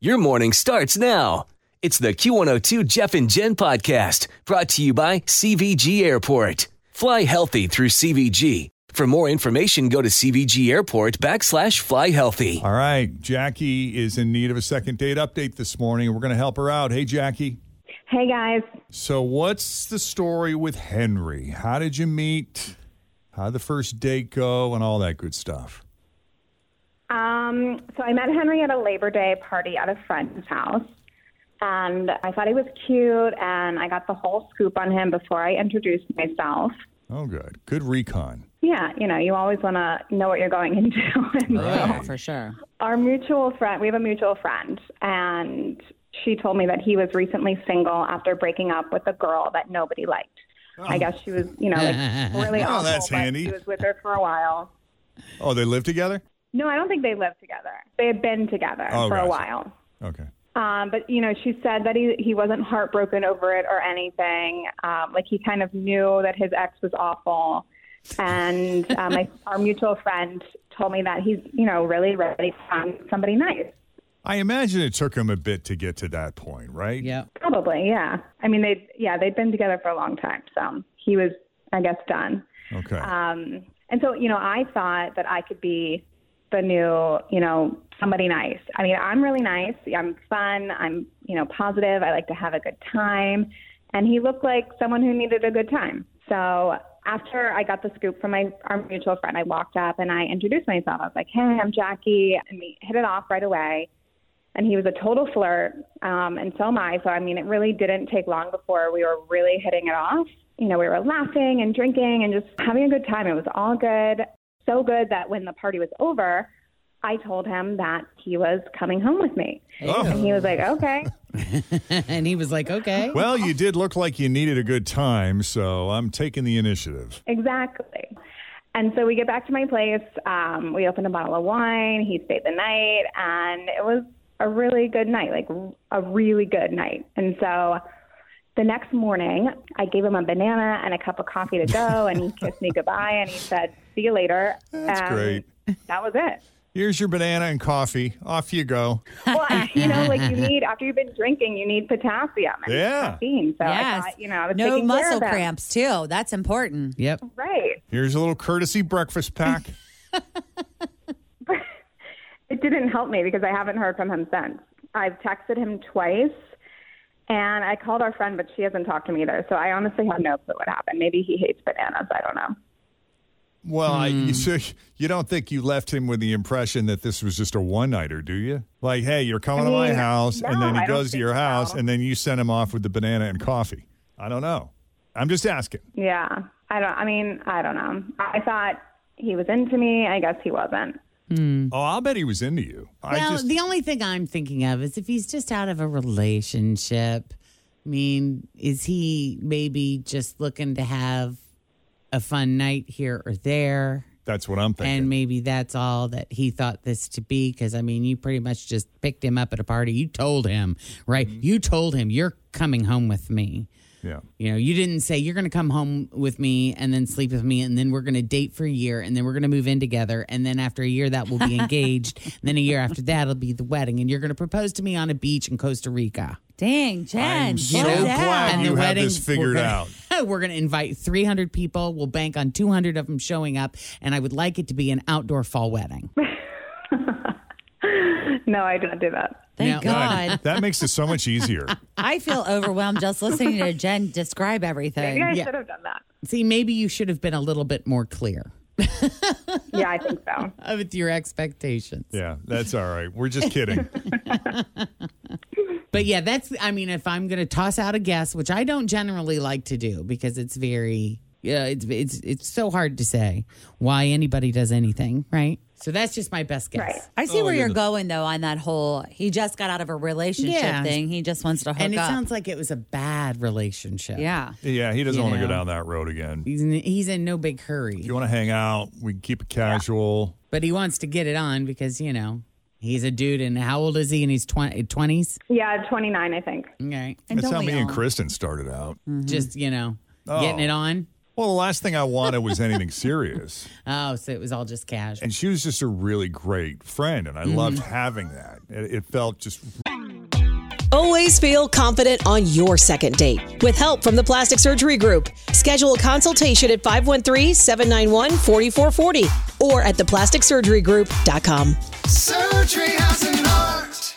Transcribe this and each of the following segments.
Your morning starts now. It's the Q102 Jeff and Jen podcast brought to you by CVG Airport. Fly healthy through CVG. For more information, go to CVG Airport backslash fly healthy. All right, Jackie is in need of a second date update this morning, and we're going to help her out. Hey, Jackie. Hey guys. So, what's the story with Henry? How did you meet? How would the first date go, and all that good stuff? Um, so I met Henry at a Labor Day party at a friend's house, and I thought he was cute, and I got the whole scoop on him before I introduced myself. Oh, good. Good recon. Yeah, you know, you always want to know what you're going into. And Yeah, for sure. Our mutual friend, we have a mutual friend, and she told me that he was recently single after breaking up with a girl that nobody liked. I guess she was, you know, like really Oh, awful. that's but handy. She was with her for a while. Oh, they live together? No, I don't think they lived together. They had been together Oh, for gotcha. a while. Okay. Um, but you know, she said that he he wasn't heartbroken over it or anything. Um, like he kind of knew that his ex was awful, and um, my, our mutual friend told me that he's you know really ready to find somebody nice. I imagine it took him a bit to get to that point, right? Yeah. Probably, yeah. I mean, they yeah they'd been together for a long time, so he was I guess done. Okay. Um, and so, you know, I thought that I could be the new, you know, somebody nice. I mean, I'm really nice. I'm fun. I'm, you know, positive. I like to have a good time. And he looked like someone who needed a good time. So after I got the scoop from my our mutual friend, I walked up and I introduced myself. I was like, "Hey, I'm Jackie," and we hit it off right away. And he was a total flirt, um, and so am I. So I mean, it really didn't take long before we were really hitting it off. You know, we were laughing and drinking and just having a good time. It was all good, so good that when the party was over, I told him that he was coming home with me, and he was like, "Okay." And he was like, okay. well, you did look like you needed a good time, so I'm taking the initiative. Exactly. And so we get back to my place. Um, we opened a bottle of wine. He stayed the night, and it was a really good night, like a really good night. And so the next morning, I gave him a banana and a cup of coffee to go, and he kissed me goodbye, and he said, "See you later." That's and great. That was it. Here's your banana and coffee. Off you go. Well, I- you know, like you need after you've been drinking, you need potassium and Yeah. caffeine. So I yes. thought, you know, I was no taking care muscle of him. cramps too. That's important. Yep. Right. Here's a little courtesy breakfast pack. it didn't help me because I haven't heard from him since. I've texted him twice and I called our friend, but she hasn't talked to me either. So I honestly have no clue what happened. Maybe he hates bananas. I don't know. Well, I, you, so you don't think you left him with the impression that this was just a one nighter, do you? Like, hey, you're coming to my mean, house, and no, then he I don't goes to think your house, so. and then you send him off with the banana and coffee. I don't know. I'm just asking. Yeah. I don't, I mean, I don't know. I thought he was into me. I guess he wasn't. Mm. Oh, I'll bet he was into you. I Well, just, the only thing I'm thinking of is if he's just out of a relationship. I mean, is he maybe just looking to have a fun night here or there? that's what I'm thinking. And maybe that's all that he thought this to be. Because, I mean, you pretty much just picked him up at a party. You told him, right? Mm-hmm. You told him, you're coming home with me. yeah. You know, you didn't say you're going to come home with me and then sleep with me and then we're going to date for a year and then we're going to move in together and then after a year that will be engaged and then a year after that will be the wedding and you're going to propose to me on a beach in Costa Rica. Dang, Jen. I'm so slow down. glad And you the had this wedding- we're figured gonna- out. we're going to invite 300 people. We'll bank on 200 of them showing up and I would like it to be an outdoor fall wedding. No, I did not do that. Thank No. God. That makes it so much easier. I feel overwhelmed just listening to Jen describe everything. Maybe I yeah. should have done that. See, maybe you should have been a little bit more clear Yeah, I think so. with your expectations. Yeah, that's all right. We're just kidding. But yeah, that's, I mean, if I'm going to toss out a guess, which I don't generally like to do because it's very, yeah, it's, it's, it's so hard to say why anybody does anything, right? So that's just my best guess. Right. I see where you're going though on that whole. He just got out of a relationship Yeah. thing. He just wants to hook And it up. sounds like it was a bad relationship. yeah. Yeah, he doesn't You want to go know. down that road again. If He's in, he's in no big hurry, you want to hang out, we can keep it casual. but he wants to get it on because, you know, he's a dude. And how old is he? And he's 20, 20s? Yeah, 29, I think. Okay. And That's don't how we me and all? Kristen started out. Mm-hmm. Just, you know, Oh. getting it on. Well, the last thing I wanted was anything serious. Oh, so it was all just casual. And she was just a really great friend, and I Mm-hmm. loved having that. It, it felt just Always feel confident on your second date. With help from the Plastic Surgery Group, schedule a consultation at 513 791 4440 or at theplasticsurgerygroup.com. Surgery has an art.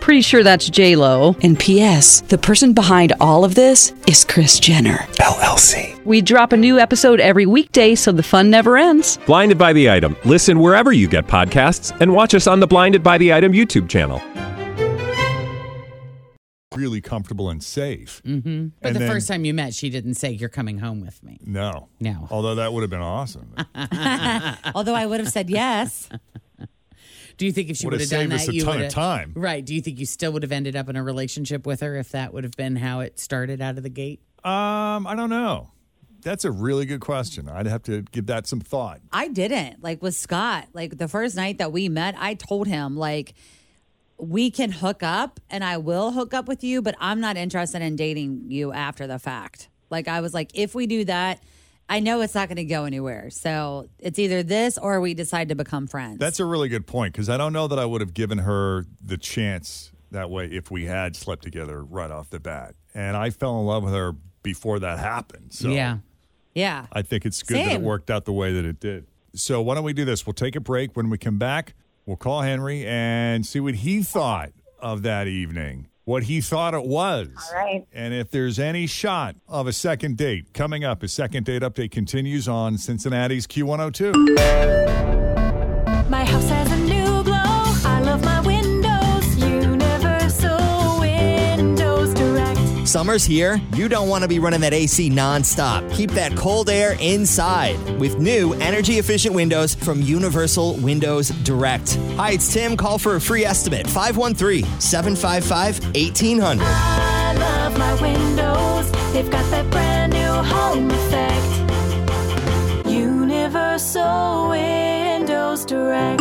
Pretty sure that's J Lo. And P.S. The person behind all of this is Chris Jenner. LLC. We drop a new episode every weekday, so the fun never ends. Blinded by the item. Listen wherever you get podcasts, and watch us on the Blinded by the Item YouTube channel. really comfortable and safe. Mm-hmm. But And the then- first time you met, she didn't say, You're coming home with me. No. No. Although that would have been awesome. Although I would have said yes. Do you think if she Would would have have done saved us that, a you ton of would've- time. Right. Do you think you still would have ended up in a relationship with her if that would have been how it started out of the gate? Um, I don't know. That's a really good question. I'd have to give that some thought. I didn't. Like with Scott, like the first night that we met, I told him like we can hook up and I will hook up with you, but I'm not interested in dating you after the fact. Like I was like if we do that, I know it's not going to go anywhere. So, it's either this or we decide to become friends. That's a really good point because I don't know that I would have given her the chance that way if we had slept together right off the bat. And I fell in love with her before that happened. So yeah. yeah. I think it's good that it Same. worked out the way that it did. So why don't we do this? We'll take a break. When we come back, we'll call Henry and see what he thought of that evening, what he thought it was. All right. And if there's any shot of a second date coming up, a second date update continues on Cincinnati's Q102. My house has a new glow. Oh, I love my windows. Universal Windows Direct. Summer's here. You don't want to be running that AC nonstop. Keep that cold air inside with new energy efficient windows from Universal Windows Direct. Hi, it's Tim. Call for a free estimate 513 755 1800. I love my windows. They've got that brand new home effect. Universal Windows Direct.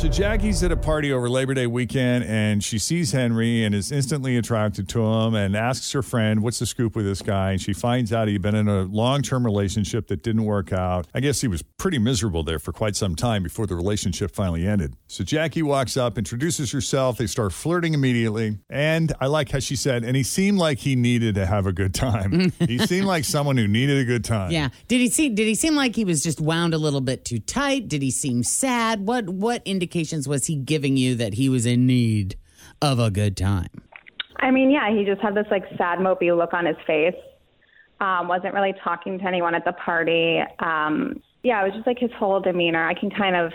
So Jackie's at a party over Labor Day weekend and she sees Henry and is instantly attracted to him and asks her friend, What's the scoop with this guy? And she finds out he'd been in a long term relationship that didn't work out. I guess he was pretty miserable there for quite some time before the relationship finally ended. So Jackie walks up, introduces herself, they start flirting immediately. And I like how she said, And he seemed like he needed to have a good time. he seemed like someone who needed a good time. Yeah. Did he see did he seem like he was just wound a little bit too tight? Did he seem sad? What what indications was he giving you that he was in need of a good time? I mean, yeah, he just had this like sad, mopey look on his face. Um, wasn't really talking to anyone at the party. Um, yeah, it was just like his whole demeanor. I can kind of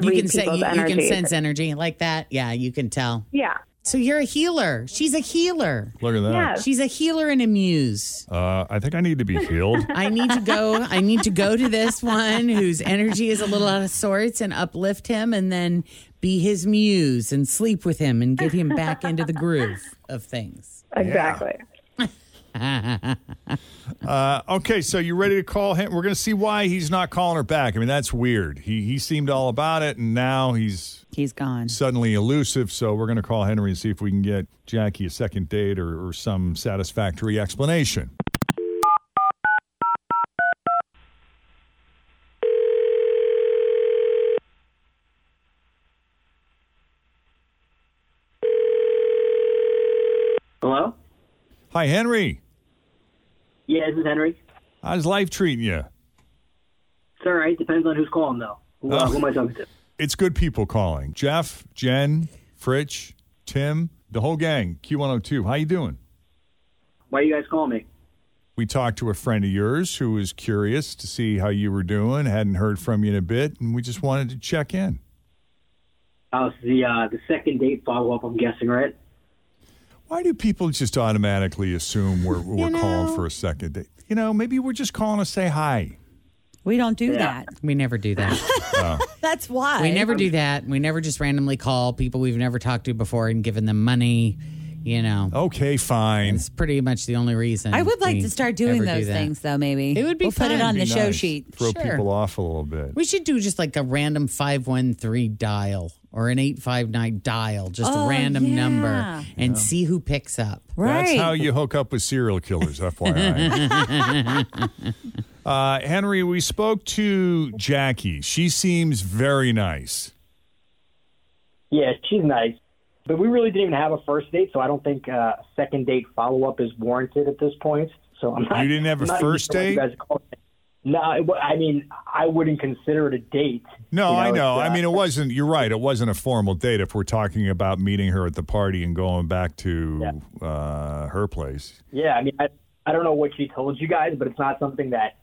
You read can say people's you, you energy. can sense energy like that. Yeah, you can tell. yeah, So you're a healer. She's a healer. Look at that. Yeah. She's a healer and a muse. Uh, I think I need to be healed. I need to go. I need to go to this one whose energy is a little out of sorts and uplift him and then be his muse and sleep with him and get him back into the groove of things. exactly. Uh, okay, so you ready to call him? We're going to see why he's not calling her back. I mean, that's weird. He he seemed all about it, and now he's He's gone. suddenly elusive. So we're going to call Henry and see if we can get Jackie a second date or, or some satisfactory explanation. Hi, Henry. Yeah, this is Henry. How's life treating you? It's all right. Depends on who's calling, though. Who, uh, Oh. who am I talking to? It's good people calling. Jeff, Jen, Fritch, Tim, the whole gang. Q102. How you doing? Why you guys calling me? We talked to a friend of yours who was curious to see how you were doing. Hadn't heard from you in a bit, and we just wanted to check in. Oh, it's the uh, the second date follow up. I'm guessing, right? Why do people just automatically assume we're, we're calling for a second date? You know, maybe we're just calling to say hi. We don't do that. We never do that. That's why. we never do that. We never just randomly call people we've never talked to before and giving them money. You know, Okay, Oh, fine. it's pretty much the only reason. I would like we to start ever doing do those that. things, though. Maybe It would be We'll put it fun. on Be the show nice. sheet. Throw Sure. people off a little bit. We should do just like a random 513 dial or an 859 dial, just Oh, a random yeah. number and see who picks up. Right. That's how you hook up with serial killers, FYI. uh, Henry, we spoke to Jackie. She seems very nice. Yeah, she's nice. But we really didn't even have a first date, so I don't think uh, a second date follow up is warranted at this point. So I'm not. You didn't have a I'm not first even sure what you date? guys are calling it. No, I- well, I mean I wouldn't consider it a date. No, You I it's, know. I uh, mean, it wasn't, you're right, it wasn't a formal date if we're talking about meeting her at the party and going back to uh, her place. Yeah, I mean, I, I don't know what she told you guys, but it's not something that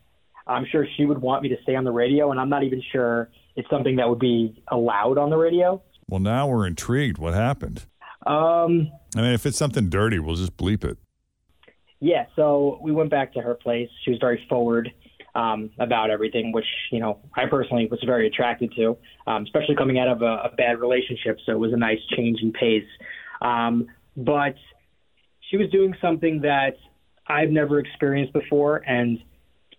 I'm sure she would want me to say on the radio, and I'm not even sure it's something that would be allowed on the radio. Well, now we're intrigued. What happened? Um, I mean, if it's something dirty, we'll just bleep it. yeah, so we went back to her place. She was very forward um, about everything, which you know I personally was very attracted to, um, especially coming out of a, a bad relationship. So it was a nice change in pace. Um, but she was doing something that I've never experienced before, and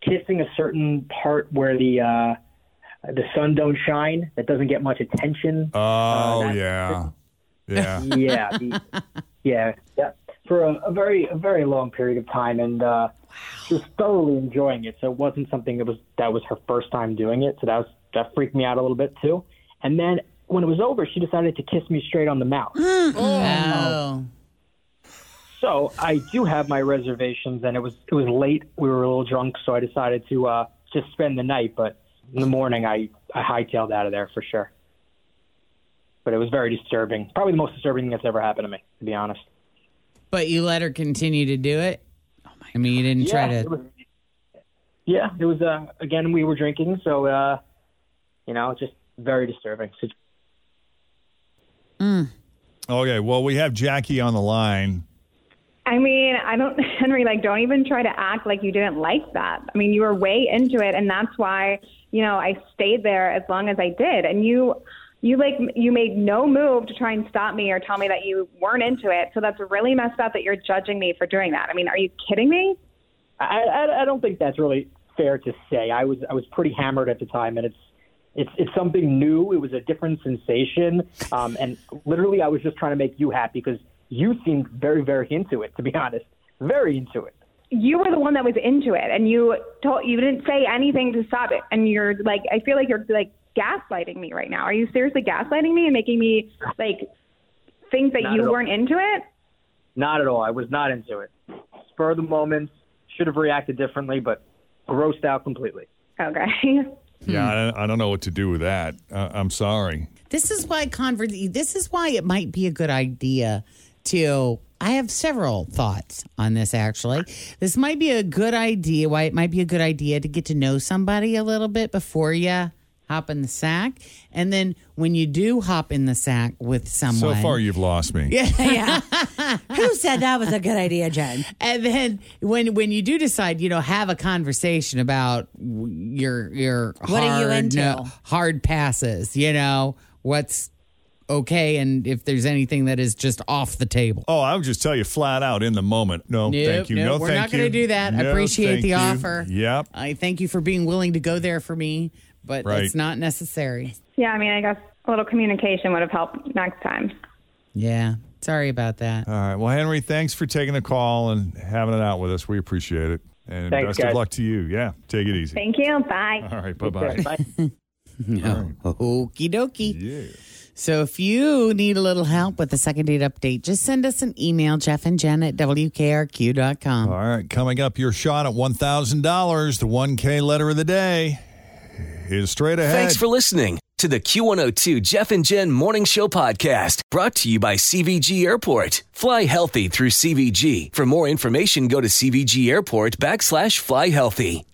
kissing a certain part where the uh, the sun don't shine that doesn't get much attention. Oh, Uh, that's- yeah. Yeah. yeah, the, yeah, yeah. For a, a very, a very long period of time, and uh, she was thoroughly enjoying it. So it wasn't something that was that was her first time doing it. So that was that freaked me out a little bit too. And then when it was over, she decided to kiss me straight on the mouth. Oh. So I do have my reservations, and it was it was late. We were a little drunk, so I decided to uh, just spend the night. But in the morning, I I hightailed out of there for sure. But it was very disturbing. Probably the most disturbing thing that's ever happened to me, to be honest. But you let her continue to do it? Oh I mean, you didn't try Yeah, it to. was- yeah, it was. Uh, again, we were drinking, so uh, you know, just very disturbing. So, Okay. Well, we have Jackie on the line. I mean, I don't, Henry, like, don't even try to act like you didn't like that. I mean, you were way into it. And that's why, you know, I stayed there as long as I did. And you, you like, you made no move to try and stop me or tell me that you weren't into it. So that's really messed up that you're judging me for doing that. I mean, are you kidding me? I, I, I don't think that's really fair to say. I was I was pretty hammered at the time, and it's it's it's something new. It was a different sensation, um, and literally, I was just trying to make you happy because you seemed very very into it. To be honest, very into it. You were the one that was into it and you told, you didn't say anything to stop it. And you're like, I feel like you're like gaslighting me right now. Are you seriously gaslighting me and making me like think that Not you at all. weren't into it? Not at all. I was not into it. Spur of the moment, should have reacted differently, but grossed out completely. Okay. Hmm. Yeah, I don't, I don't know what to do with that. Uh, I'm sorry. This is why convert. This is why it might be a good idea to. I have several thoughts on this actually. This might be a good idea. Why it might be a good idea to get to know somebody a little bit before you hop in the sack, and then when you do hop in the sack with someone, So far, you've lost me. Yeah. yeah. Who said that was a good idea, Jen? And then when when you do decide, you know, have a conversation about w- your your What hard, are you into? no- hard passes. You know what's okay, and if there's anything that is just off the table. Oh, I would just tell you flat out in the moment. No, Nope, thank you. nope, No, we're thank not gonna you. do that. I No, appreciate thank the you. offer. Yep. I thank you for being willing to go there for me, but Right. it's not necessary. Yeah, I mean, I guess a little communication would have helped next time. Yeah, sorry about that. All right. Well, Henry, thanks for taking the call and having it out with us. We appreciate it. And Thanks, best of guys. luck to you. Yeah. Take it easy. Thank you. Bye. All right. Bye bye. Bye. Okie dokie. Yeah. So if you need a little help with the second date update, just send us an email, Jeff and Jen at WKRQ.com. All right, coming up, your shot at $1,000. The 1K letter of the day is straight ahead. Thanks for listening to the Q102 Jeff and Jen Morning Show Podcast, brought to you by CVG Airport. Fly healthy through CVG. For more information, go to CVG Airport backslash fly healthy.